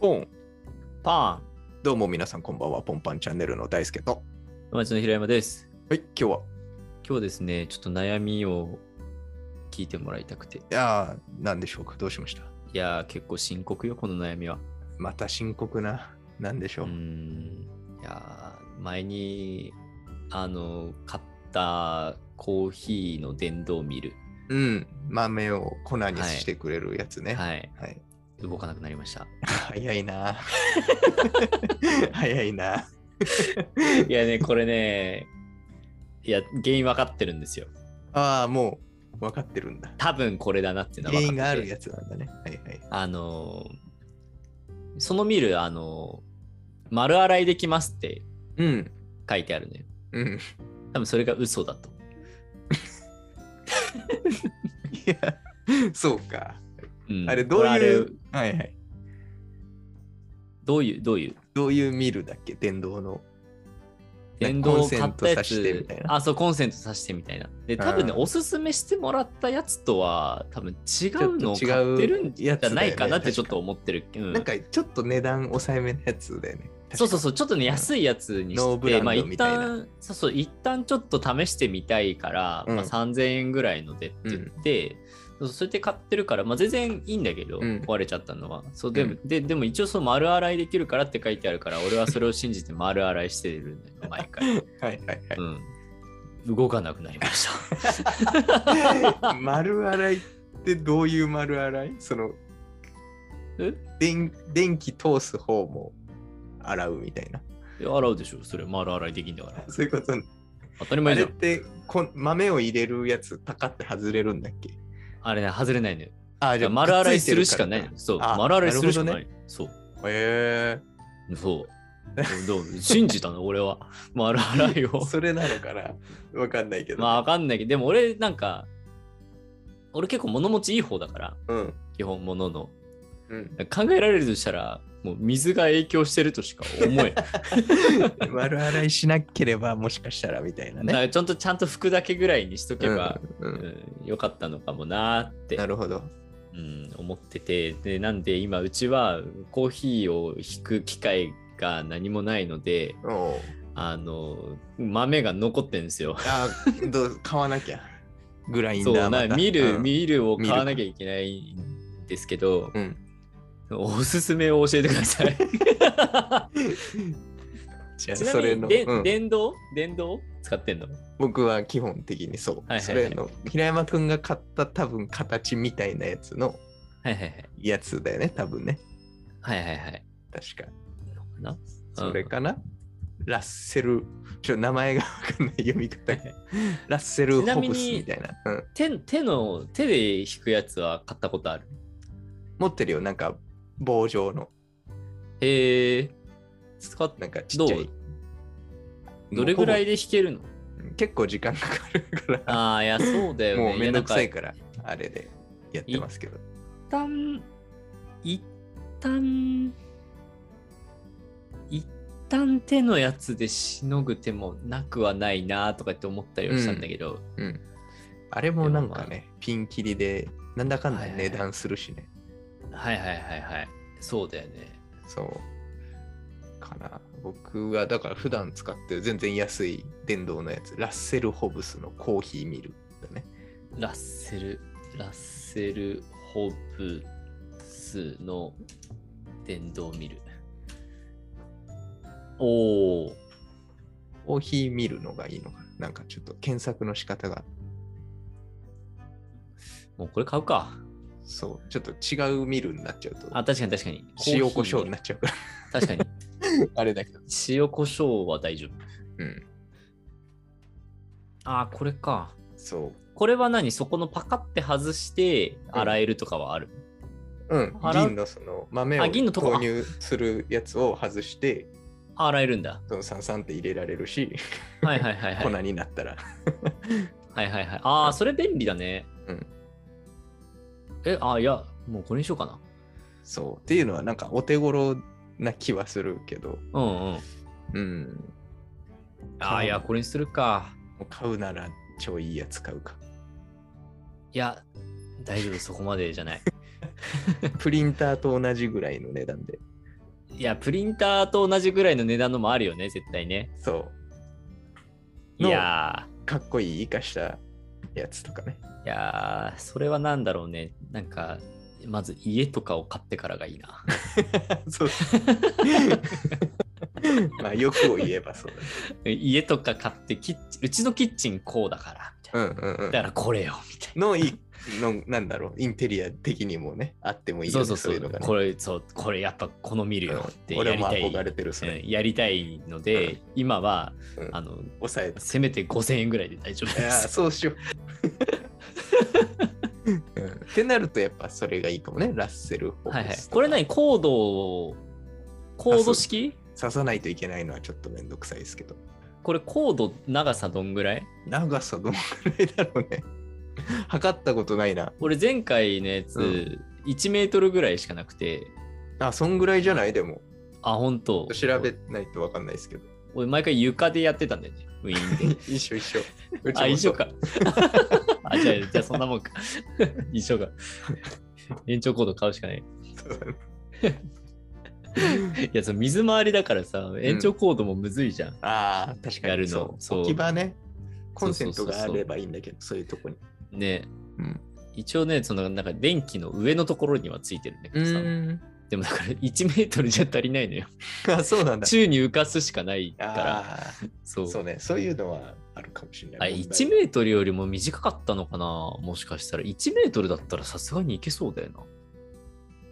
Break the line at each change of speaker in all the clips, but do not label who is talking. ポン。
パ
どうも皆さんこんばんは。ポンパンチャンネルの大輔と。
ン友達の平山です。
はい、今日は。
今日ですね、ちょっと悩みを聞いてもらいたくて。い
いやー、なんでしょうか。どうしました
やー、結構深刻よ、この悩みは。
また深刻な、なんでし
う
ょ
ー
う。
ん。いやー、前に、あの、買ったコーヒーの電動ミル。
うん、豆を粉にしてくれるやつね。はい。
はい。動かなくなり ました。
早い な。早いな。
いやね、これね、いや、原因分かってるんですよ。
ああ、もう分かってるんだ。
多分これだなっていうのは
原因
分かって
がある
て
やつなんだね。はいはい。
あのー、そのミル、あのー、丸洗いできますって
うん。
書いてあるのよ。
うん。
多分それが嘘だと。
いや、そうか。
うん
あれ、どうい
これあれ
う、はいはい。
どういう、どういう。
どういうミルだっけ電動の。
電動を買った
コ
や
ンセント挿してみ
つ
たい、な
あ、そう、コンセントさしてみたいな。で、多分ね、
うん
おすすめしてもらったやつとは、多分違
ちょ
う
っ
のを
と違
買
う
ってるんじ
やつだ
ゃ
よね
ないかなってちょっと思ってる。うん
なんかちょっと値段抑えめのやつだよね。
そうそう
確
そう、ちょっとね、安いやつにして、
ノーブランド
まあ一
みたいな
旦、そうそう、一旦ちょっと試してみたいから、
うん
まあ、3000円ぐらいのでって言って、そうそうそれで買ってるから、まあ、全然いいんだけど、
うん
壊れちゃったのは。そうで,、
う
ででも一応、そう丸洗いできるからって書いてあるから、俺はそれを信じて丸洗いしてるん だよ、毎回。
かはいはいはい。
うん。動かなくなりま した。
丸洗いってどういう丸洗いその
え
電電気通す方も洗うみたいな。
洗うでしょ、それ、丸洗いできんだから。
そういうこと。
当たり
あ
前じ
れ
ゃ
っ
ん。
てこん豆を入れるやつ、パカって外れるんだっけ
あれね、外れないのよ。
あ
じゃ丸洗いするしかな。
くっ
い
つて
の。そう、
あ
丸洗いするしかない。
な
そう。
からへ
そう。どう信じたの俺は。丸洗い
え
を。
それなのかなわかんないけど。
まあわかんないけど、でも俺なんか、俺結構物持ちいい方だから、
うん。
基本物の。
うん、
考えられるとしたら、もう水が影響してるとしか思えん。
丸洗いしなければもしかしたらみたいな
だ
ね。
からちゃんとちゃんと服だけぐらいにしとけば、
うんう
うんんよかったのかもなーって、
なるほど。
うん、思ってて、で、なんで今うちはコーヒーを引く機会が何もないので、
おう
あの、豆が残ってんですよ。
あどう買わなきゃ。グラインダ
そ
ー
う
ま
な
た
見る、
うん
見るを買わなきゃいけないんですけど、
うん
おすすめを教えてくだ さい。
じゃあ
ちな
そ
み
れ
に
の、
で、
うん
電動電動使ってんの
僕は基本的にそう、
はいはいはい
それの平山くんが買った多分形みたいなやつの
はいはいはい。
やつだよね多分ね
はいはいはい。
確か
な
それ、かな、ラッセルちょ名前が分かんない読み
うん
方
はいはい
ラッセル・
ちな
ホ
みに
ブスみたいな、うん、
手手の手で弾くやつは買ったことある
持ってるよなんか棒状の
へえ使っ
なんかちっちゃい
どどれぐらいで弾けるの
もうほぼうん結構時間かかるから
ああいやそうだよね
もうめんどくさい
や
からあれでやってますけど
なんか一旦一旦一旦手のやつでしのぐ手もなくはないなとかって思ったりはしたんだけど、
うん。あれもなんかね、ピンキリで、なんだかんだ
はいはい
値段するしね。
はいはいはいはいそうだよね
そう。かな。僕はだから普段使ってる全然安い電動のやつ、ラッセル・ホブスのコーヒーミルだね。
ラッセルラッセルホブスの電動ミルおお
コーヒーミルのがいいのかな。なんかちょっと検索の仕方が、
もうこれ買うか
そう、ちょっと違うミルになっちゃうと、
あ確かに確かに
塩コショウ
コーヒー
に
ね
なっちゃうから、
確 かに
あれだけど。
塩コショウは大丈夫
うん。
ああこれか
そう。
これは何そこのパカって外して洗えるとかはある、
うん、
洗う
銀のその豆を
あ銀のとこ
購入するやつを外して、
あ洗えるんだ
そのサンサンって入れられるし、
はいはいはいはい
粉になったら。
はいはいはいああそれ便利だね
うん
えあーいやもうこれにしようかな
そう。っていうのはなんかお手頃な気はするけど、
うんうん
うん。
ああいやこれにするか
買うなら超いいやつ買うか。
いや、大丈夫、そこまでじゃない。
プリンターと同じぐらいの値段で。
いや、プリンターと同じぐらいの値段のもあるよね、絶対ね。
そ
いや
う。かっこいい生かしたやつとかね。
ー、いやー、それはなんだろうね。なんか、まず家とかを買ってからがいい な。
そう。 まあ、欲を言えばそう
家とか買ってキッチン、うちのキッチンこうだから、みたい
だ、ね。うん
な。
うんうん
だからこれよ、みたいな。
のいのなんだろうインテリア的にもねあってもいいよ
そう
ね
そうそう
いうのがね
これそうこれやっぱこの見るよってや
俺
り
も
たい、
憧れてるそれ、
うんやりたいので、
う
今は、
うん
あの
抑えて
せめて5000円ぐら いで大丈
い
夫 で
やー
す。
そうしよ う、うんってなるとやっぱそれがいいかもねラッセルホー
はいは
ム
い
ズ、とか
これ何コードをコード式
刺さないといけないのはちょっとめんどくさいですけど
これコード長さどんぐらい
長さどのくらいだろうね 測ったことないな
俺前回のやつ、
うん
1メートルぐらいしかなくて
あそんぐらいじゃないでも
あ本当
調べないとわかんないですけど
俺毎回床でやってたんだよねウィーンで
一緒一緒うちもそう
あ、一緒か。 あ、じゃあ、じゃあそんなもんか。 一緒か。延長コード買うしかない。
そうだね
いや、その水回りだからさ、延長コードもむずいじゃん。
ああ確か
や
に
る
そう
のそう
置き場ねコンセント
そうそ
が
うそう
あ
そう
ればいいんだけどそういうとこに
ね
うん
一応ね、そのなんか電気の上のところにはついてるんだけどさ、でもだから1メートルじゃ足りないのよ。
あそうなんだ
宙に浮かすしかないから、
あ
そ
あ
う。
そうねそういうのはあるかもしれ
あ
ない
1メートルよりも短かったのかなもしかしたら1メートルだったらさすがにいけそうだよな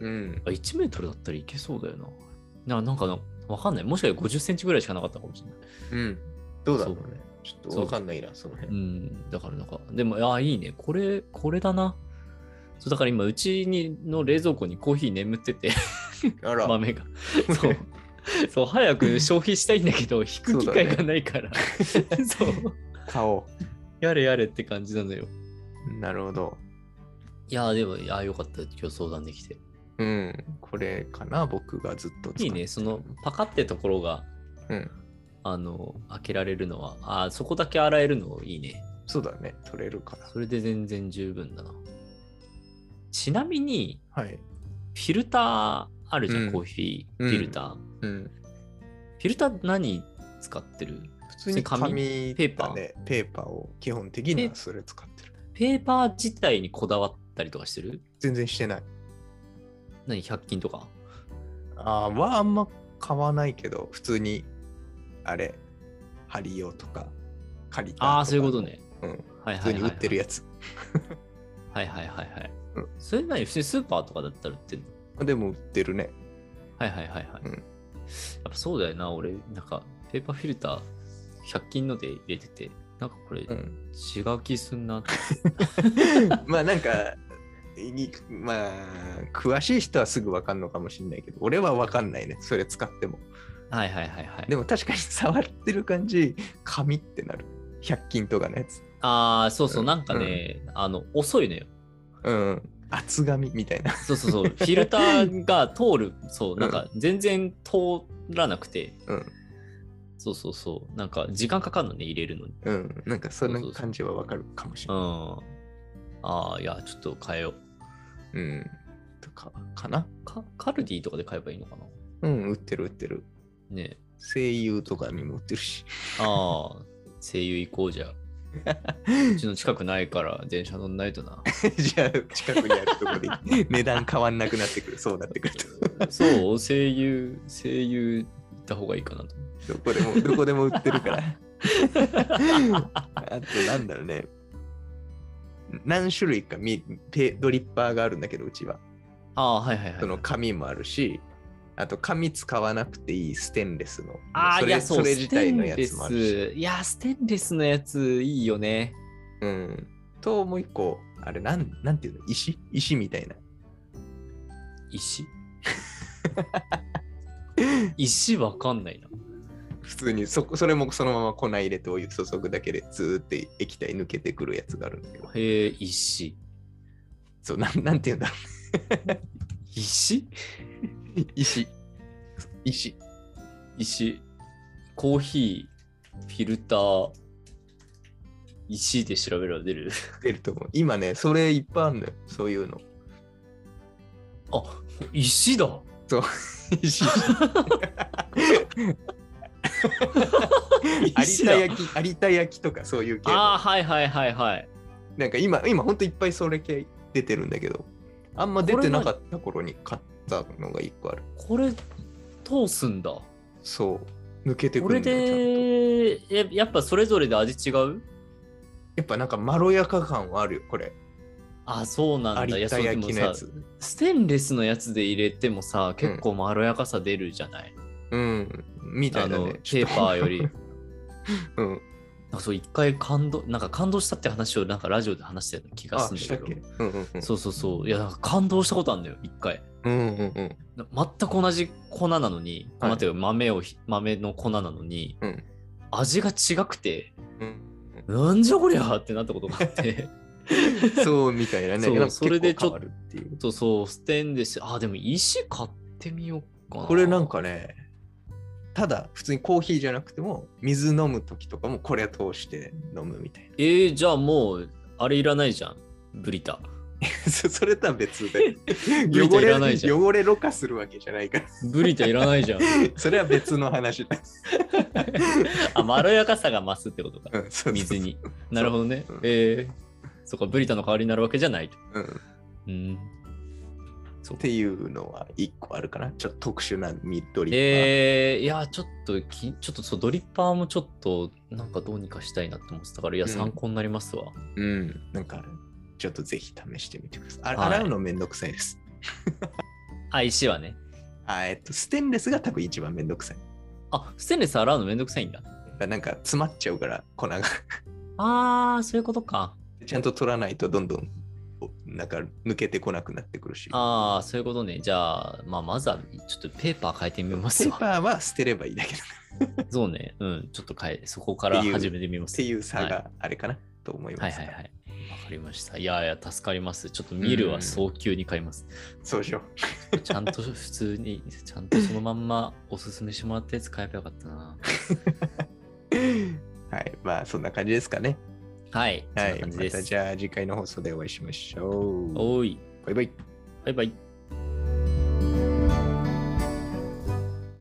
うん
あ1メートルだったらいけそうだよなななんかなわかんないもしかしたら50センチぐらいしかなかったかもしれない
うんどうだろうねちょっ
そ
と
う
わかんないなその辺
うん、だからなんか、でも、ああ、いいね。これ、これだな。そう、だから今、うちにの冷蔵庫にコーヒー眠ってて、
あら
豆が。 そう。そう、早く消費したいんだけど、引く機
そうだ
会
ね
がないから。 そう,、
顔
やれやれって感じなのよ。
なるほど
いやー、でも、いやー、よかった。今日相談できて。
うんこれかな僕がずっと使ってる
いいね。その、パカってところが、
うん
あの、開けられるのは、あーそこだけ洗えるのいいね。
そうだね取れるから
それで全然十分だな。ちなみに、
はい
フィルターあるじゃん、
うん
コーヒーフィルター、フ
うん
ィルター何使ってる
普通に紙
ペーパー
だねペーパーを基本的にはそれ使ってる
ペーパー自体にこだわったりとかしてる
全然してない
何 ?100 均とか
あーはあんま買わないけど普通にあれ貼り用とか借りたとか
ああ、そういうことね。
うん
はい
普通
はい
に
はい、
売
はい。
ってるやつ
はいはいはいはい。
うん
それ何普通にスーパーとかだったら売ってんの
でも売ってるね
はいはいはいはい。
うん
やっぱそうだよな、俺、なんか、ペーパーフィルター100均ので入れてて、なんかこれ、違
うん
う気すんなって。
まあなんかいまあ詳しい人はすぐ分かんのかもしれないけど俺は分かんないねそれ使っても
はいはいはいはい。
でも確かに触ってる感じ紙ってなる100均とかのやつ
ああ、そうそう、
うん
なんかね、あの、遅いのよ。
うん厚紙みたいな
そうそう そう、フィルターが通る、そう、
ん
なんか全然通らなくて、
うん
そうそうそう、なんか時間かかるのね、入れるのに。
うんなんかそん
そうそう
な
そう
感じは分かるかもし
う
れない
ん。ああ、いや、ちょっと変えよう。
うんとかかな
カカルディとかで買えばいいのかな
うん売ってる売ってる
ね
声優とかにも売ってるし
ああ、声優行こうじゃ。うちの近くないから電車乗んないとな。
じゃあ近くにあるところで値段変わんなくなってくるそうなってくる
そう、声優、声優行った方がいいかなと。
とどこでもどこでも売ってるから あとなんだろうね何種類かみペドリッパーがあるんだけどうちは
ああ、はいはいはい。
その紙もあるしあと紙使わなくていいステンレスの
ああ、
そ
い
れ
や、そう、
それ自体のやつもある
ステン
し、
レスいや、ステンレスのやついいよね。
うん、ともう一個あれなんなんていうの石石みたいな
石 石わかんないな。
普通にそこそれもそのまま粉入れてお湯注ぐだけでずーって液体抜けてくるやつがあるんだけど
へえ、石。
そうなんなんていうんだろ
石
う 石石
石。コーヒー、フィルター、石で調べれば出る。
出ると思う今ねそれいっぱいあるのよそういうの
あ、石だ。
そう。石 有田焼き、有田焼きとかそういう系の。
ああ、はいはいはいはい。
なんか今、今ほんといっぱいそれ系出てるんだけど、あんま出てなかった頃に買ったのが一個ある。
これ、通すんだ。
そう。抜けてく
こ
る
れ
んだよ、ちゃんと。
で、えやっぱそれぞれで味違う
やっぱなんかまろやか感はあるよ、これ。
あ、そうなんだ。
有
いや
田
そうでも
焼きのや
さ
つ。
ステンレスのやつで入れてもさ、結構まろやかさ出るじゃない、
うん。みた
あ
いな
の、
ね。
ペーパーよ り。
うん。
あそう、一回感動、なんか感動したって話をなんかラジオで話したような気が
あ
す、るん
し
だ
た
け
っ
ど。
けうんうんうん。
そうそうそう。いや、なんか感動したことあるんだよ、一回。
うんうんうん。
な全く同じ粉なのに、
はい
粉っていうか豆をひ、豆の粉なのに、
うん
味が違くて、
うん
なんじゃこりゃってなったことがあって。
そうみたいなね。
そう
なんか
それでちょっ
結構変わ
と
るっていう。
そうそう、ステンレス、あ、でも石買ってみようかな。
これなんかね、ただ普通にコーヒーじゃなくても、水飲む時とかもこれ通して飲むみたい
えー、じゃあもう、あれいらないじゃん、ブリタ。
な。 そそれとは別 で。
ブリタ
汚
い
れ
らないじゃん。
汚れろ過するわけじゃないから。
ブリタいらないじゃん。
それは別の話だ。
あ、まろやかさが増すってこと か。
うんそうそう
水に。なるほどね
うん。
えー、そっか、ブリタの代わりになるわけじゃないと。
うんっ
うん。
ていうのは一個あるかな。ちょっと特殊な緑。
えー、いや、ちょっとき、ちょっとそう、ドリッパーもちょっと、なんかどうにかしたいなって思ってたから、いや、
うん
参考になりますわ。
うん。なんか、ちょっとぜひ試してみてください。あ
はい
洗うのめんどくさいです。
あ、石はね。
あえっと、ステンレスが多分一番めんどくさい。
あ、ステンレス洗うのめんどくさいんだ。
なんか詰まっちゃうから、粉が。
あー、そういうことか。
ちゃんと取らないとどんどんおなんか抜けてこなくなってくるし。
ああ、そういうことね。じゃあ、まあ、まずは、ちょっとペーパー変えてみます
ペーパ
わ。
ーは捨てればいいだけだっ
そうね。うん。ちょっと変え、そこから
っていう
始めてみます。
ていう差
はい
があれかな、と思い
は
ま
い
す
は
が。
いはい。わかりました。いやいや、助かります。ちょっと見るは早急に買います。
そうしよう。
ちゃん と普通に、ちゃんとそのまんまおすすめしてもらったやつ買えばよかったな。
はい。まあそんな感じですかね。
はい。そん
は。
ない感じ
ま
で
た
す。
じゃあ次回の放送でお会いしましょう。
おーい。
バイバイ。
バイバイ。